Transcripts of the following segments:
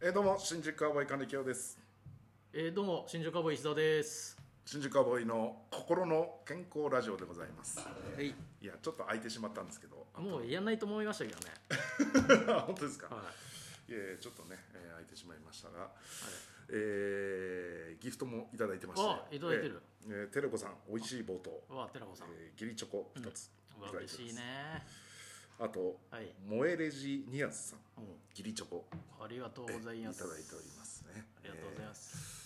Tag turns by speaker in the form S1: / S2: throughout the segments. S1: えーどうも新宿カウボーイ金清です
S2: えー、どうも新宿カウボーイ石澤です。
S1: 新宿カウボーイの心の健康ラジオでございます
S2: はい。
S1: いやちょっと空いてしまったんですけど
S2: もうやんないと思いましたけどね。
S1: 本当ですか、、
S2: はい
S1: やいやちょっとね、えー空いてしまいましたが、えーギフトもいただいてまして
S2: あいただいてる、
S1: えーえーテレコさんおいしい冒頭、
S2: い。わあ寺子さん。
S1: えー、ギリチョコ2つ
S2: うわ
S1: いただいてます
S2: 嬉しいね。
S1: あと、
S2: はい
S1: モエレジニアスさん
S2: う
S1: ギリチョコ
S2: ん。ありがとうござい
S1: いただ
S2: ま
S1: いて
S2: す。
S1: おりますね
S2: ありがとうございます。
S1: えー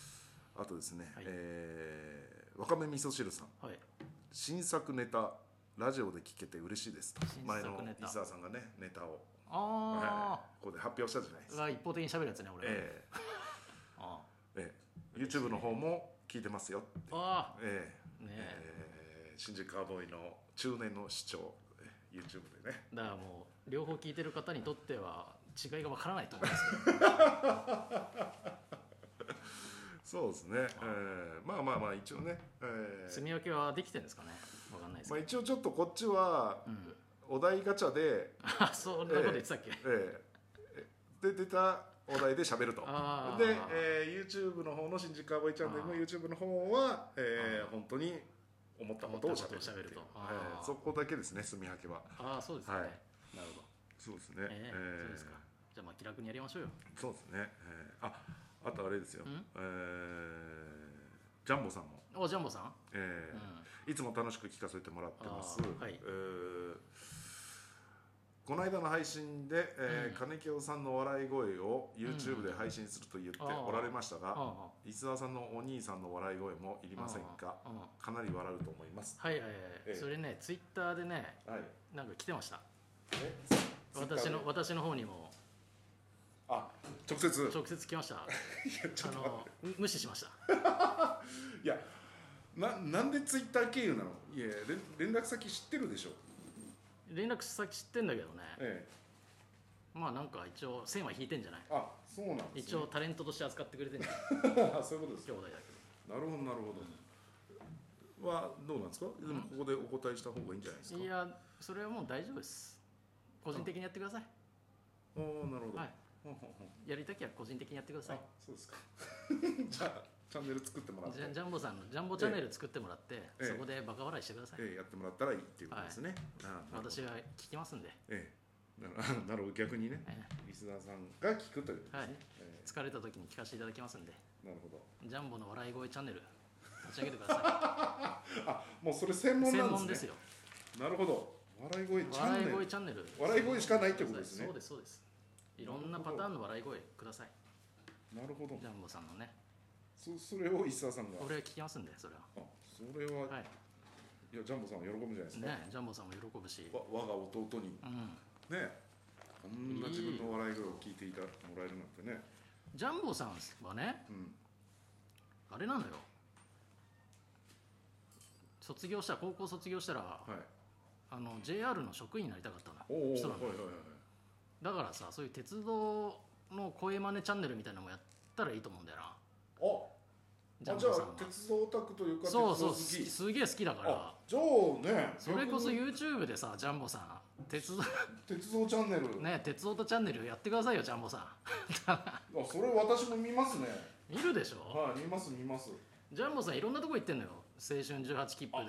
S1: あとですね、
S2: はい
S1: えーわかめ味噌汁さん
S2: はい。
S1: 新作ネタラジオで聞けて嬉しいです
S2: 新
S1: 前
S2: 作
S1: の
S2: ネタ
S1: 伊沢さんがねネタを、
S2: あ
S1: はいここで発表したじゃないです
S2: あ。
S1: か、
S2: が一方的に喋るやつね俺。
S1: え
S2: あ
S1: えええ YouTube の方も聞いてますよ、
S2: あ。あ
S1: ええ
S2: ね
S1: ええ新宿カーボーイの中年の視聴 YouTube でね
S2: あ。だからもう両方聞いてる方にとっては違いがわからないと思いますけ
S1: そうですね、ええまあまあまあ一応ね、え
S2: ど。
S1: え
S2: 住み分けはできてるんですかね。わかんないです
S1: まあ、
S2: けど。
S1: 一応ちょっとこっちは、お題ガチャで、
S2: あ、そんなこと言ってたっけ。
S1: ええで出たお題で喋ると
S2: あー
S1: で、えー YouTube の方の新宿カーボーイチャンネルの
S2: あー
S1: YouTube の方は、えー
S2: あー
S1: 本当に思ったことを喋るっていう
S2: 思ったことを喋ると
S1: はい
S2: あー
S1: そこだけですね住み分けは
S2: ああそうですね。
S1: はい
S2: なるほど。
S1: そうですね、
S2: ええ
S1: えー
S2: そうですか。じゃあまあ気楽にやりましょうよ。
S1: そうですね、えーああとあれですよ、えージャンボさんも、
S2: おジャンボさん。
S1: えーいつも楽しく聞かせてもらってます、
S2: あーはい
S1: えーこの間の配信で、えー金清さんの笑い声を YouTube で配信すると言っておられましたが、
S2: ああ。
S1: 伊沢さんのお兄さんの笑い声もいりませんか
S2: うんうん
S1: かなり笑うと思います
S2: はいはいはい、
S1: ええ
S2: それねツイッターでね
S1: はい
S2: なんか来てました
S1: え
S2: 私
S1: Twitter で
S2: の私の方にも
S1: あ直接
S2: 直接来ました
S1: いやちょ
S2: あ
S1: っと
S2: のむ無視しました
S1: いやななんでツイッター経由なのいや連連絡先知ってるでしょ
S2: 連絡先知ってんだけどね
S1: え
S2: まあなんか一応線は引いてんじゃない
S1: えあそうなんです、ね、
S2: 一応タレントとして扱ってくれてんじゃない
S1: あ そういうことです
S2: 兄弟だけ
S1: なるほどなるほどはどうなんですかでもここでお答えした方がいいんじゃないです
S2: ど
S1: か
S2: いやそれはもう大丈夫です個人的にやってください
S1: おおなるほど、
S2: はい
S1: ほんほんほん
S2: やりたきゃ個人的にやってください
S1: あそうですか じゃあチャンネル作ってもらって
S2: ジャジャンボさんのジャンボチャンネル作ってもらって、
S1: え
S2: そこでバカ笑いしてください、
S1: ええやってもらったらいいっていうことですね、あなるほど
S2: 私は聞きますんで、
S1: ええ、なる なるほど逆にね
S2: え
S1: リスナーさんが聞くということですね、
S2: はい
S1: え
S2: え疲れた時に聞かせていただきますんで
S1: えなるほど
S2: ジャンボの笑い声チャンネル立ち上げてくださ
S1: あも うそれ専
S2: い。
S1: 門な
S2: 専
S1: んです
S2: 門
S1: ね
S2: ですよ。
S1: なるほど笑い声チャン
S2: 笑い
S1: ネ
S2: 声
S1: ル
S2: チャンネル。
S1: 笑い声しかないってことですね
S2: そうですそうです。いろんなパターンの笑い声ください。
S1: なるほど
S2: ジャンボさんのね。
S1: そそれを石澤さんが
S2: 俺は聞きますんでそれは。
S1: あそれは、、
S2: はい
S1: やジャンボさんは喜ぶじゃないです
S2: い。
S1: か、
S2: ねジャンボさんも喜ぶし。
S1: わ我が弟に
S2: うん。
S1: ねこんな自分の笑い声を聞いていたもらえるなんてね
S2: ジャンボさんはね
S1: うん
S2: あれなのよ。卒業した高校卒業したら、
S1: はい
S2: あの JR の職員になりたかった
S1: お
S2: の
S1: お
S2: 人な
S1: は
S2: の
S1: いはいはい
S2: だからさそういう鉄道の声真似チャンネルみたいなのもやったらいいと思うんだよな
S1: あ
S2: ジ
S1: あ
S2: ャン
S1: じゃ
S2: ボ
S1: あ
S2: さんは
S1: 鉄道オタクというか鉄道
S2: そ
S1: 好
S2: う
S1: き
S2: そうすすげえ好きだから
S1: あじゃあね
S2: それこそ
S1: 逆に
S2: YouTube でさジャンボさん鉄道
S1: 鉄道チャンネル、
S2: ね鉄オタチャンネルやってくださいよジャンボさ
S1: あそれ私も見ますね
S2: ん見るでしょ
S1: はい見ます見ます
S2: ジャンボさんいろんなとこ行ってんのよ青春18切符で、
S1: まあ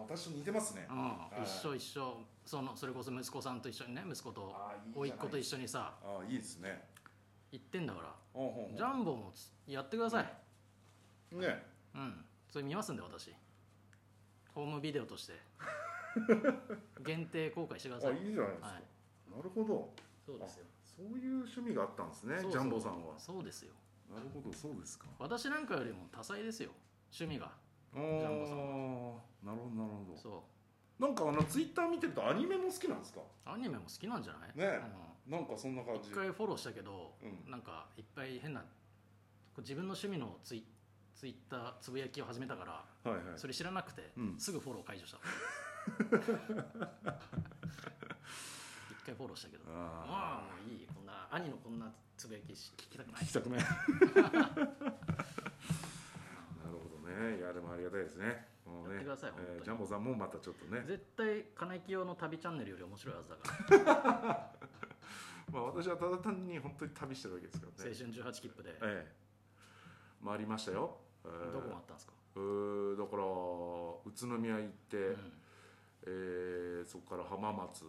S1: 私と似てますね
S2: うん
S1: い
S2: 一緒一緒そのそれこそ息子さんと一緒にね息子と
S1: あいいじゃな
S2: 甥
S1: い
S2: っ子と一緒にさ
S1: あいいですね
S2: 行ってんだから
S1: ほんほんほん
S2: ジャンボもつやってください
S1: ね
S2: うんそれ見ますんで私ホームビデオとして 限定公開してくだ
S1: あ
S2: さい
S1: いいじゃないですか、
S2: はい
S1: なるほど
S2: そうですよ
S1: そういう趣味があったんですね
S2: そうそう
S1: ジャンボさんは
S2: そうですよ
S1: なるほどそうですか
S2: 私なんかよりも多彩ですよ趣味が
S1: あー
S2: ジャンボさん
S1: なるほどなるほど
S2: そう
S1: なんかあのツイッター見てるとアニメも好きなんですか
S2: アニメも好きなんじゃない
S1: ねなんかそんな
S2: うん
S1: 感じ
S2: 一回フォローしたけど、
S1: うん
S2: なんかいっぱい変なこう自分の趣味のツイツイッターつぶやきを始めたから
S1: はいはい
S2: それ知らなくて、
S1: うん
S2: すぐフォロー解 除した一回フォローしたけど
S1: あ
S2: まあもういいこんな兄のこんなつぶやきし聞きたくな
S1: あ
S2: い
S1: 聞きたくないなるほどねいやでもありがたいですねもう
S2: やっ
S1: ね
S2: てください本当
S1: え
S2: に
S1: ージャンボさんもまたちょっとね
S2: 絶対金木用の旅チャンネルより面白いはずだから
S1: まあ私はただ単に本当に旅してるわけですから
S2: 青
S1: ね。
S2: 春18切符で
S1: ええ、回りましたよ。ええ
S2: どこ回ったんですか、
S1: えーだから宇都宮行って、
S2: うん
S1: えーそこから浜松
S2: う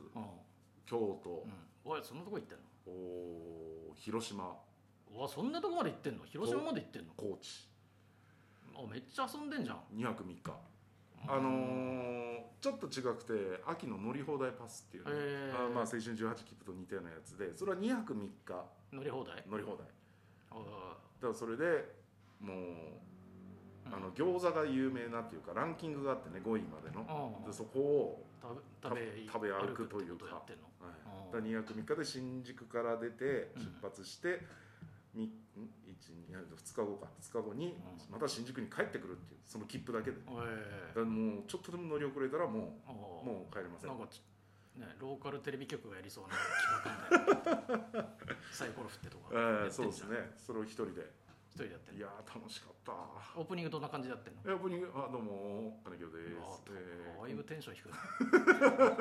S1: 京都
S2: ん、うん、おいそんなとこ行ってんの
S1: おー広島
S2: うわそんなとこまで行ってんの広島まで行ってんの
S1: 高知
S2: あめっちゃ遊んでんじゃん
S1: 2泊3日あのーちょっと違くて秋の乗り放題パスっていうね、
S2: へー
S1: あーまあ、青春18切符と似たようなやつでそれは2泊3日
S2: 乗り放題
S1: 乗り放題だ
S2: おい
S1: からそれでもう、
S2: うん
S1: あの餃子が有名なっていうかランキングがあってね5位までの
S2: おいおい
S1: でそこを、
S2: 食べ
S1: 食べ歩くというか
S2: 歩ってことやってんの
S1: は
S2: あー
S1: い、だ2泊3日で新宿から出て
S2: うん
S1: 出発して、みん、2日後か2日後に
S2: う
S1: また新宿に帰ってくるっていうその切符だけでだか
S2: おい
S1: らもうちょっとでも乗り遅れたらも
S2: おいうおい
S1: もう帰れません
S2: なんかちねローカルテレビ局がやりそうな企画みたい なサイコロ振ってとか
S1: え
S2: や
S1: ー
S2: って
S1: そうんで
S2: じ
S1: す
S2: ゃん
S1: ねそれを一人で
S2: 一人でやってん
S1: い
S2: の
S1: やー楽しかった
S2: オープニングどんな感じでやってんの
S1: えオープニングあどうも金城で
S2: あ
S1: す
S2: ーだ
S1: え
S2: いぶテンション低いな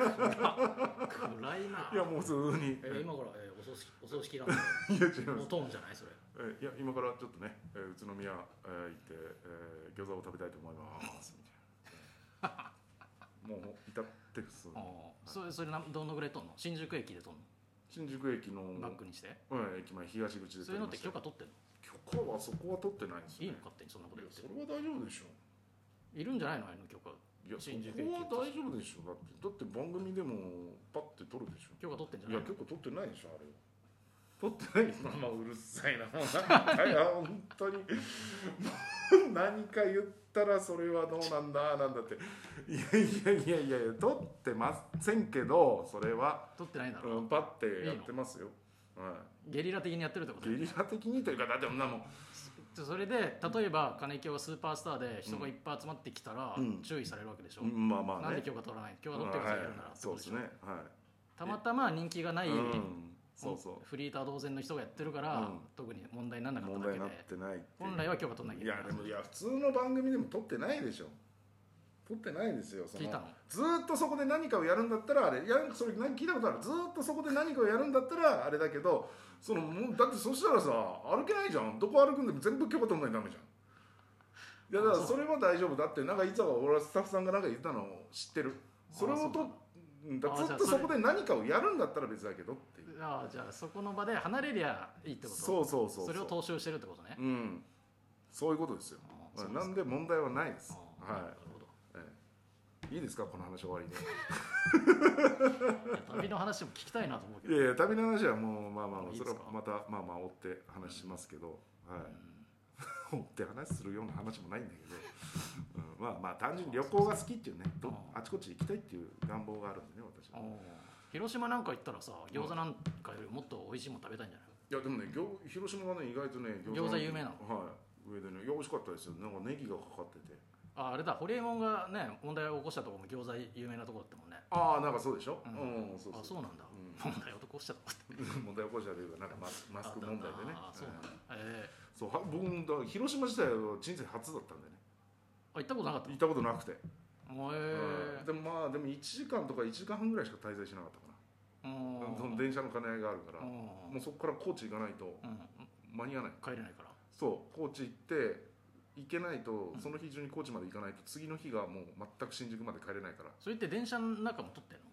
S2: 暗いない
S1: やもう普通に
S2: えー今から、えーお葬式お葬式 なんだ
S1: いや違いま
S2: お
S1: す
S2: とんじゃないそれ
S1: えいや今からちょっとね、えー宇都宮、えー行って、えー餃子を食べたいと思いますみ たいなもう至って普通
S2: あーそれそれなどのぐらいとんの新宿駅でとん
S1: 新宿駅の、
S2: のバックにして
S1: うん、駅前東口で
S2: そういうのって
S1: 撮
S2: 許
S1: りま
S2: 可取ってんの
S1: したよ許可はそこは取ってないんです
S2: いい
S1: よ、
S2: の
S1: ね、
S2: 勝手にそんなこと
S1: いや
S2: 言って
S1: それは大丈夫でしょ
S2: いるんじゃないのああいうの許可
S1: いやそ
S2: 新宿駅
S1: こは大丈夫でしょだってだって番組でもパッて取るでしょ
S2: 許可取ってんじゃ
S1: い
S2: な
S1: や
S2: いの
S1: 結構取ってないでしょあれ取ってないよまあまあうる さいなもう何回あ本当にもう何か言ったらそれはどうなんだなんだっていやいやいやいやいや取ってませんけどそれは、
S2: 取ってないんだろ
S1: うん、パッてやってますよは
S2: ゲリラ的にやってるってこ
S1: い、
S2: と
S1: ゲリラ的にというかだって女も
S2: でそれで例えば金京がスーパースターで人がいっぱい集まってきたら、
S1: うん
S2: 注意されるわけでしょ、
S1: うんまあま
S2: な
S1: あ
S2: ん
S1: ね
S2: で許可取らない許可取ってくださいやるなら
S1: はい
S2: って
S1: そ
S2: こ
S1: う
S2: と
S1: で
S2: ですしょ
S1: ねは、
S2: たまたま人気がないい、
S1: うん、そうそう
S2: フリーター同然の人がやってるから、
S1: うん
S2: 特に問題にならなかっ
S1: 問
S2: ただ
S1: 題
S2: け
S1: に
S2: で
S1: なってないっていう
S2: 本来は許可取らなき
S1: い
S2: ゃいけ
S1: や
S2: ない
S1: でもいや普通の番組でも撮ってないでしょ撮ってないですよその
S2: 聞いたの
S1: ずーっとそこで何かをやるんだったらあれやるそれ何聞いたことあるずーっとそこで何かをやるんだったらあれだけどそのもうだってそしたらさ歩けないじゃんどこ歩くんでも全部許可取んないとダメじゃんいやだから
S2: あ
S1: そ
S2: そう
S1: れは大丈夫だってなんかいつか俺はスタッフさんがなんか言ったのを知ってるそれを
S2: あそうな
S1: と
S2: の
S1: うんだから
S2: あ
S1: ずっ
S2: じ
S1: と
S2: ゃあそ
S1: そ
S2: れ
S1: こで何かをやるんだったら別だけどっていう
S2: ああじゃあそこの場で離れりゃいいってこと
S1: そうそうそうう
S2: それを踏襲してるってことね、
S1: うんそういうことですよ
S2: ああ
S1: は
S2: そう
S1: い
S2: で
S1: な
S2: す
S1: んで問題はないです
S2: ああな
S1: は
S2: るほど
S1: い、ええいいですかこの話終わりで
S2: いや旅の話も聞きたいなと思うけ
S1: い
S2: ど、
S1: やいや旅の話はもうまあまあ
S2: もういい
S1: そ
S2: で
S1: れ
S2: す
S1: は
S2: か
S1: またまあまあ追って話しますけど、は
S2: うん
S1: い、追って話するような話もないんだけ ど、うん、まあまあ単純に旅行が好きっていうねどあちこち行きたいっていう願望があるんでね私は
S2: おう広島なんか行ったらさ餃子なんかよりもっと美味しいもの食べたいんじゃない
S1: いやでもね餃広島はね意外とね
S2: 餃子有名なの
S1: はい上でねいや美味しかったですよなんかネギがかかってて
S2: ああれだホリエモンがね問題を起こしたとこも餃子有名なとこだったもんね
S1: ああなんかそうでしょ、う
S2: うん
S1: んそうそう
S2: あそうなんだ、
S1: う
S2: 問題を起こしたとこって
S1: 問題起こしたというかなんかマスマスク問題でね
S2: あそうなんだえ
S1: うんそうは僕もだから広島自体は人生初だったんでね
S2: ーあ行ったことなかった
S1: 行ったことなくて
S2: もうえ
S1: でもまあでも1時間とか1時間半ぐらいしか滞在しなかったか
S2: ーう
S1: な、
S2: ん
S1: その電車の兼ね合いがあるから、
S2: うん
S1: もうそこから高知行かないと
S2: うん
S1: 間に合わない
S2: 帰れないから
S1: そう高知行って行けないと
S2: うん
S1: その日中に高知まで行かないと次の日がもう全く新宿まで帰れないから
S2: それって電車の中も撮ってんの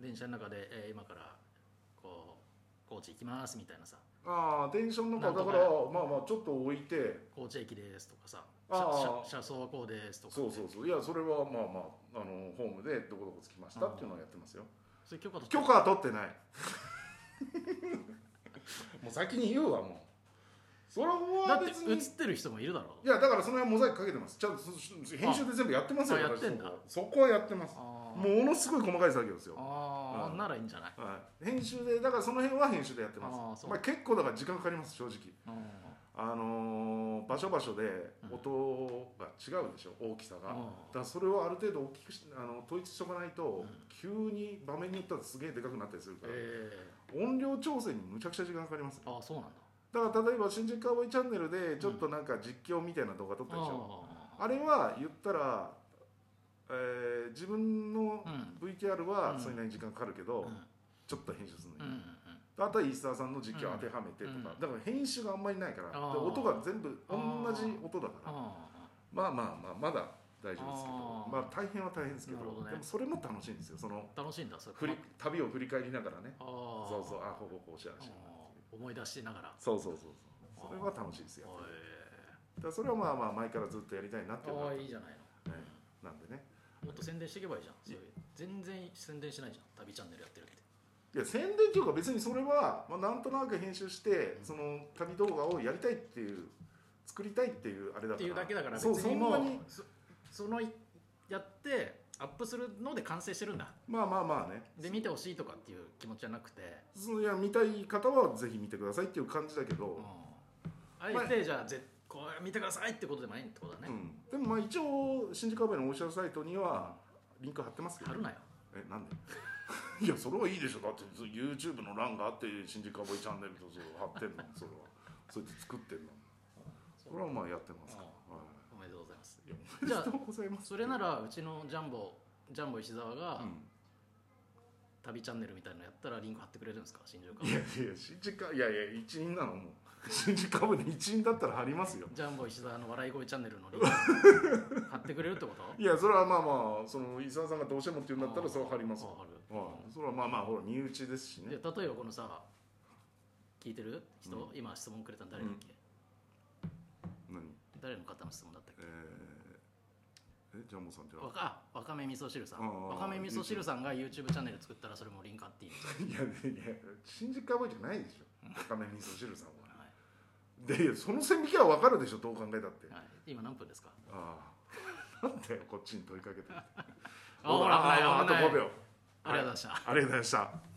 S2: 電車の中で、えー今からこう高知行きますみたいなさ
S1: ああ電車の中
S2: なん
S1: だ
S2: と
S1: か
S2: から
S1: まあまあちょっと置いて
S2: 高知駅ですとかさ
S1: あー
S2: 車車車窓はこうですとか
S1: そうそうそういやそれはまあまああのホームでどこどこ着きましたっていうのをやってますよ
S2: それ許可取って
S1: 許可は取ってない もう先に言うわもうそれ
S2: だ
S1: は
S2: って
S1: 別に
S2: 映ってる人もいるだろ
S1: いやだからその辺はモザイクかけてますちゃんとそそ編集で全部やってますよ
S2: あ
S1: 私
S2: やってんだ
S1: そこはそこはやってます
S2: あー
S1: ものすごい細かい作業ですよ、
S2: あー、
S1: うん
S2: ならいいんじゃない、
S1: はい、編集でだからその辺は編集でやってます
S2: あーそう
S1: まあ、結構だから時間かかります正直
S2: うん
S1: あのー場所場所で
S2: うん
S1: 音が違うでしょ大きさが、だ
S2: あ
S1: からそれをある程度大きくしあの統一しとかないと、
S2: うん
S1: 急に場面によってはすげえでかくなったりする
S2: ー
S1: から、
S2: え
S1: 音量調整にむちゃくちゃ時間かかります
S2: ー、あーそうなんだ
S1: だから例えば「新宿カウボーイチャンネル」でちょっとなんか実況みたいな動画撮ったでしょ、
S2: あ
S1: あれは言ったら、えー自分の
S2: ーうん
S1: VTR は
S2: うん
S1: それなりに時間かかるけど、
S2: うん
S1: ちょっと編集するの
S2: うんう
S1: に、
S2: ん
S1: あとは石澤さんの実況を当てはめてとか、
S2: うん
S1: だから編集があんまりないからで
S2: あー
S1: 音が全部同じ音だから
S2: あ
S1: まあまあまあまだ大丈夫ですけど
S2: あー
S1: まあ大変は大変ですけど
S2: なるほどね
S1: でもそれも楽しいんですよその
S2: あ楽しいんだそれ
S1: 振り旅を振り返りながらね
S2: ああ
S1: そうそうあほぼこうしゃあしゃあ
S2: うん思い出しながら
S1: そうそうそうそうそれは楽しいですよだからそれはまあまあ前からずっとやりたいなっていうの
S2: あ
S1: は
S2: あいいじゃないの、
S1: はいなんでね
S2: もっと宣伝していけばいいじゃんそういう全然宣伝しないじゃん旅チャンネルやってるって
S1: いや宣伝っていうか別にそれは、まあ、なんとなく編集してその旅動画をやりたいっていう作りたいっていうあれだから
S2: っていうだけだから別
S1: そうそ
S2: に
S1: ん
S2: もう
S1: なに
S2: そそのいやってアップするので完成してるんだ
S1: まあまあまあね
S2: で見てほしいとかっていう気持ちじゃなくて、
S1: そのいや見たい方はぜひ見てくださいっていう感じだけ
S2: うん
S1: ど、、
S2: あえてじゃあぜこれ見てくださいってことでもないってことだ
S1: う
S2: ね、
S1: んでもまあ一応新宿カフェのオフィシャルサイトにはリンク貼ってますけど
S2: 貼るなよ
S1: えなんで いやそれはいいでしょだって YouTube の欄があって新宿カボイチャンネルとそう貼ってんのそれはそれで作ってんのそれはまあやってますから、はい
S2: おめでとうございます
S1: いや
S2: じゃあ
S1: おめでとうございます
S2: それならうちのジャンボジャンボ石澤が
S1: うん
S2: 旅チャンネルみたいなのやったらリンク貼ってくれるんですか新宿か
S1: いやいや新宿カいやいや一員なのもう新宿カブで一員だったら貼りますよ
S2: ジャンボ石澤の笑い声チャンネルのリンク 貼ってくれるってこと
S1: いやそれはまあまあその伊沢さんがどうしてもって言うんだったらそれは貼りますよ
S2: あ貼る
S1: はい、それはまあまあほら身内ですし
S2: で
S1: ね
S2: 例えばこのさ聞いてる人、
S1: う
S2: 今質問くれたの誰だっけ、
S1: 何
S2: 誰の方の質問だったっ
S1: えー、えジャンボさんじゃ
S2: け
S1: あ
S2: わかあわかめ味噌汁さ
S1: あ
S2: ん
S1: あ
S2: わかめ味噌汁さんが YouTube チャンネル作ったらそれもリンク貼っていいの、
S1: いやいや新宿カウボーイじゃないでしょ高め味噌汁さんは
S2: はい
S1: でいやその線引きは分かるでしょどう考えたって
S2: はい、今何分ですか
S1: ああなんだよこっちに問いかけて
S2: あほら危ない危ない
S1: あと5秒
S2: ありがとうございました
S1: ありがとうございました